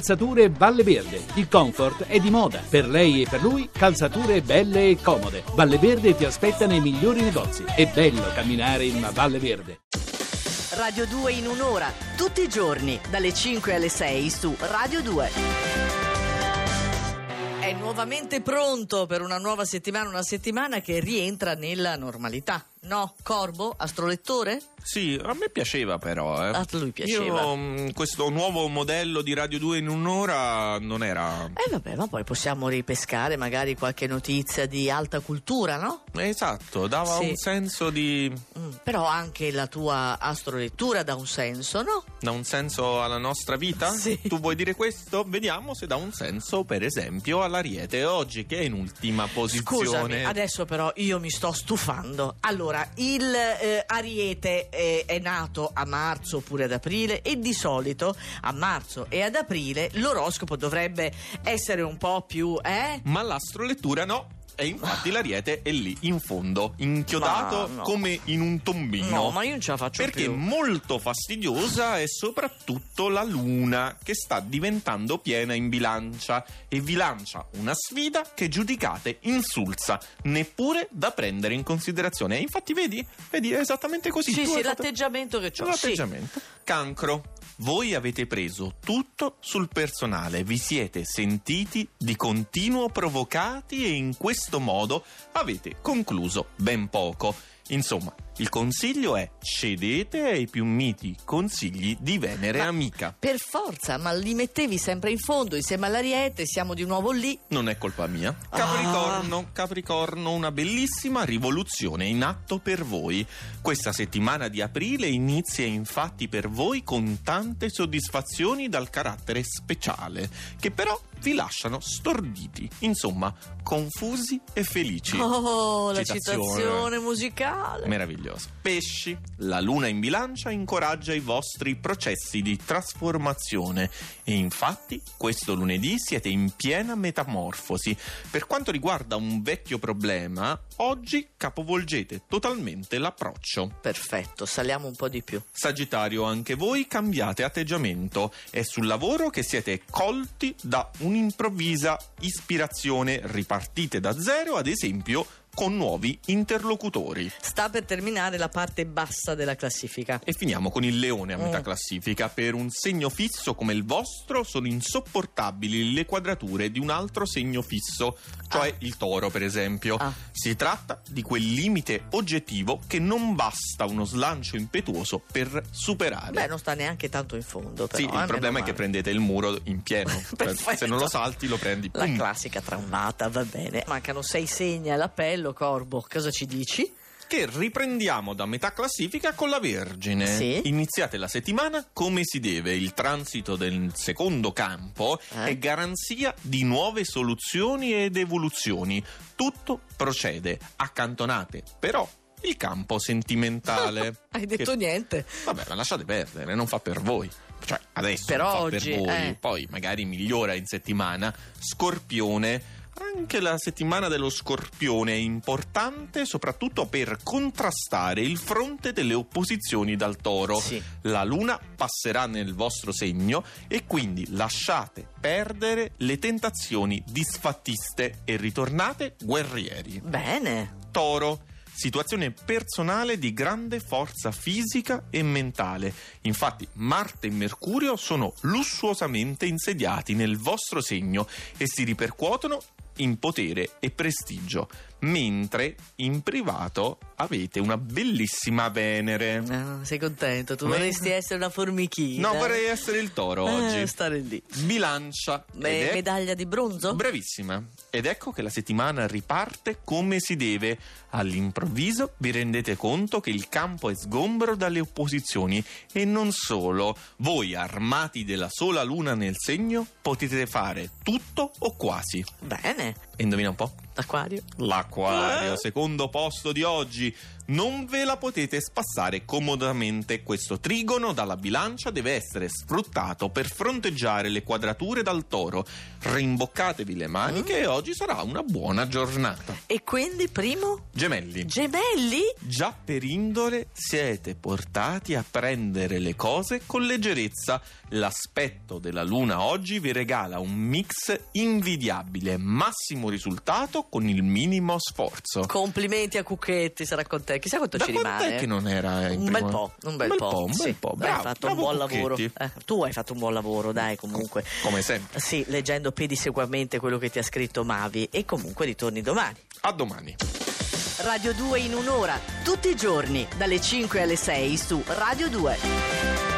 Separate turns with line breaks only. Calzature Valle Verde. Il comfort è di moda. Per lei e per lui, calzature belle e comode. Valle Verde ti aspetta nei migliori negozi. È bello camminare in una Valle Verde.
Radio 2 in un'ora, tutti i giorni, dalle 5 alle 6 su Radio 2. È nuovamente pronto per una nuova settimana, una settimana che rientra nella normalità. No, Corbo, astrolettore?
Sì, a me piaceva però. Eh.
A lui piaceva.
Io, mh, questo nuovo modello di Radio 2 in un'ora non era.
Eh vabbè, ma poi possiamo ripescare magari qualche notizia di alta cultura, no?
Esatto, dava
Sì.
un senso di.
Mm, Però anche la tua astrolettura dà un senso, no?
dà un senso alla nostra vita?
Sì.
Tu vuoi dire questo? Vediamo se dà un senso, per esempio, all'Ariete oggi, che è in ultima posizione.
Scusami, adesso però io mi sto stufando. Allora, il eh, Ariete eh, è nato a marzo oppure ad aprile e di solito a marzo e ad aprile l'oroscopo dovrebbe essere un po' più, eh?
Ma l'astrolettura no. E infatti l'Ariete è lì, in fondo, inchiodato
Ah. Ma no.
come in un tombino.
No, ma io non ce la faccio
Perché
più.
molto fastidiosa è soprattutto la luna che sta diventando piena in bilancia e vi lancia una sfida che giudicate insulsa, neppure da prendere in considerazione. E infatti vedi, vedi è esattamente così.
sì,
Tu
sì,
hai fatto-
l'atteggiamento che ho.
c'è
Sì.
l'atteggiamento. Cancro. Voi avete preso tutto sul personale, vi siete sentiti di continuo provocati e in questo modo avete concluso ben poco. Insomma, il consiglio è cedete ai più miti consigli di Venere
Ma-
Amica.
Per forza, ma li mettevi sempre in fondo insieme all'Ariete, siamo di nuovo lì.
Non è colpa mia. Capricorno, Capricorno, una bellissima rivoluzione in atto per voi. Questa settimana di aprile inizia infatti per voi con tante soddisfazioni dal carattere speciale, che però vi lasciano storditi, insomma, confusi e felici.
Oh, la
Citazione.
citazione musicale.
Meraviglioso. Pesci, la luna in bilancia incoraggia i vostri processi di trasformazione e infatti questo lunedì siete in piena metamorfosi. Per quanto riguarda un vecchio problema, oggi capovolgete totalmente l'approccio.
Perfetto, saliamo un po' di più.
Sagittario, anche voi cambiate atteggiamento. È sul lavoro che siete colti da un'improvvisa ispirazione. Ripartite da zero, ad esempio, con nuovi interlocutori.
Sta per terminare la parte bassa della classifica.
E finiamo con il leone a metà
Mm.
classifica. Per un segno fisso come il vostro sono insopportabili le quadrature di un altro segno fisso, cioè il toro per esempio.
Ah.
Si tratta di quel limite oggettivo che non basta uno slancio impetuoso per superare.
Beh, non sta neanche tanto in fondo. Però,
sì,
eh,
il
meno
problema è
male.
che prendete il muro in pieno. Cioè,
Perfetto.
Se non lo salti lo prendi.
La
Pum.
classica traumata, va bene. Mancano sei segni all'appello, Corbo. Cosa ci dici?
che riprendiamo da metà classifica con la Vergine.
Sì.
Iniziate la settimana come si deve. Il transito del secondo campo
Eh?
è garanzia di nuove soluzioni ed evoluzioni. Tutto procede. Accantonate però il campo sentimentale.
Hai detto
Che-
niente.
Vabbè, ma lasciate perdere, non fa per voi. Cioè, adesso
Per
non fa
oggi,
per voi,
eh.
poi magari migliora in settimana. Scorpione. Anche la settimana dello scorpione è importante soprattutto per contrastare il fronte delle opposizioni dal toro.
Sì.
La luna passerà nel vostro segno e quindi lasciate perdere le tentazioni disfattiste e ritornate guerrieri.
Bene.
Toro. Situazione personale di grande forza fisica e mentale. Infatti, Marte e Mercurio sono lussuosamente insediati nel vostro segno e si ripercuotono in potere e prestigio, mentre in privato avete una bellissima Venere.
Ah, sei contento? Tu
Bene.
dovresti essere una formichina.
No, vorrei essere il toro
Eh,
oggi.
stare lì.
Bilancia.
Beh,
ed è-
medaglia di bronzo?
Bravissima. Ed ecco che la settimana riparte come si deve. All'improvviso vi rendete conto che il campo è sgombro dalle opposizioni e non solo. Voi, armati della sola luna nel segno, potete fare tutto o quasi.
bene.
E indovina un po'?
Acquario.
L'acquario, secondo posto di oggi. Non ve la potete spassare comodamente. Questo trigono dalla bilancia deve essere sfruttato per fronteggiare le quadrature dal toro. Rimboccatevi le maniche e oggi sarà una buona giornata.
E quindi primo?
Gemelli.
Gemelli?
Già per indole siete portati a prendere le cose con leggerezza. L'aspetto della luna oggi vi regala un mix invidiabile, massimo risultato con il minimo sforzo.
Complimenti a Cucchetti, sarà con te. Chissà quanto
Oh. Da
ci
quant'è
rimane.
che non era eh, in
un bel
prima-
po', un bel, po'.
un
sì.
bel po'.
Hai
Bravo,
fatto un
bravo
buon lavoro.
Cucchetti.
Eh, tu hai fatto un buon lavoro, dai, comunque.
Come sempre.
Sì, leggendo pedissequamente quello che ti ha scritto Mavi e comunque ritorni domani.
A domani.
Radio 2 in un'ora, tutti i giorni, dalle 5 alle 6 su Radio 2.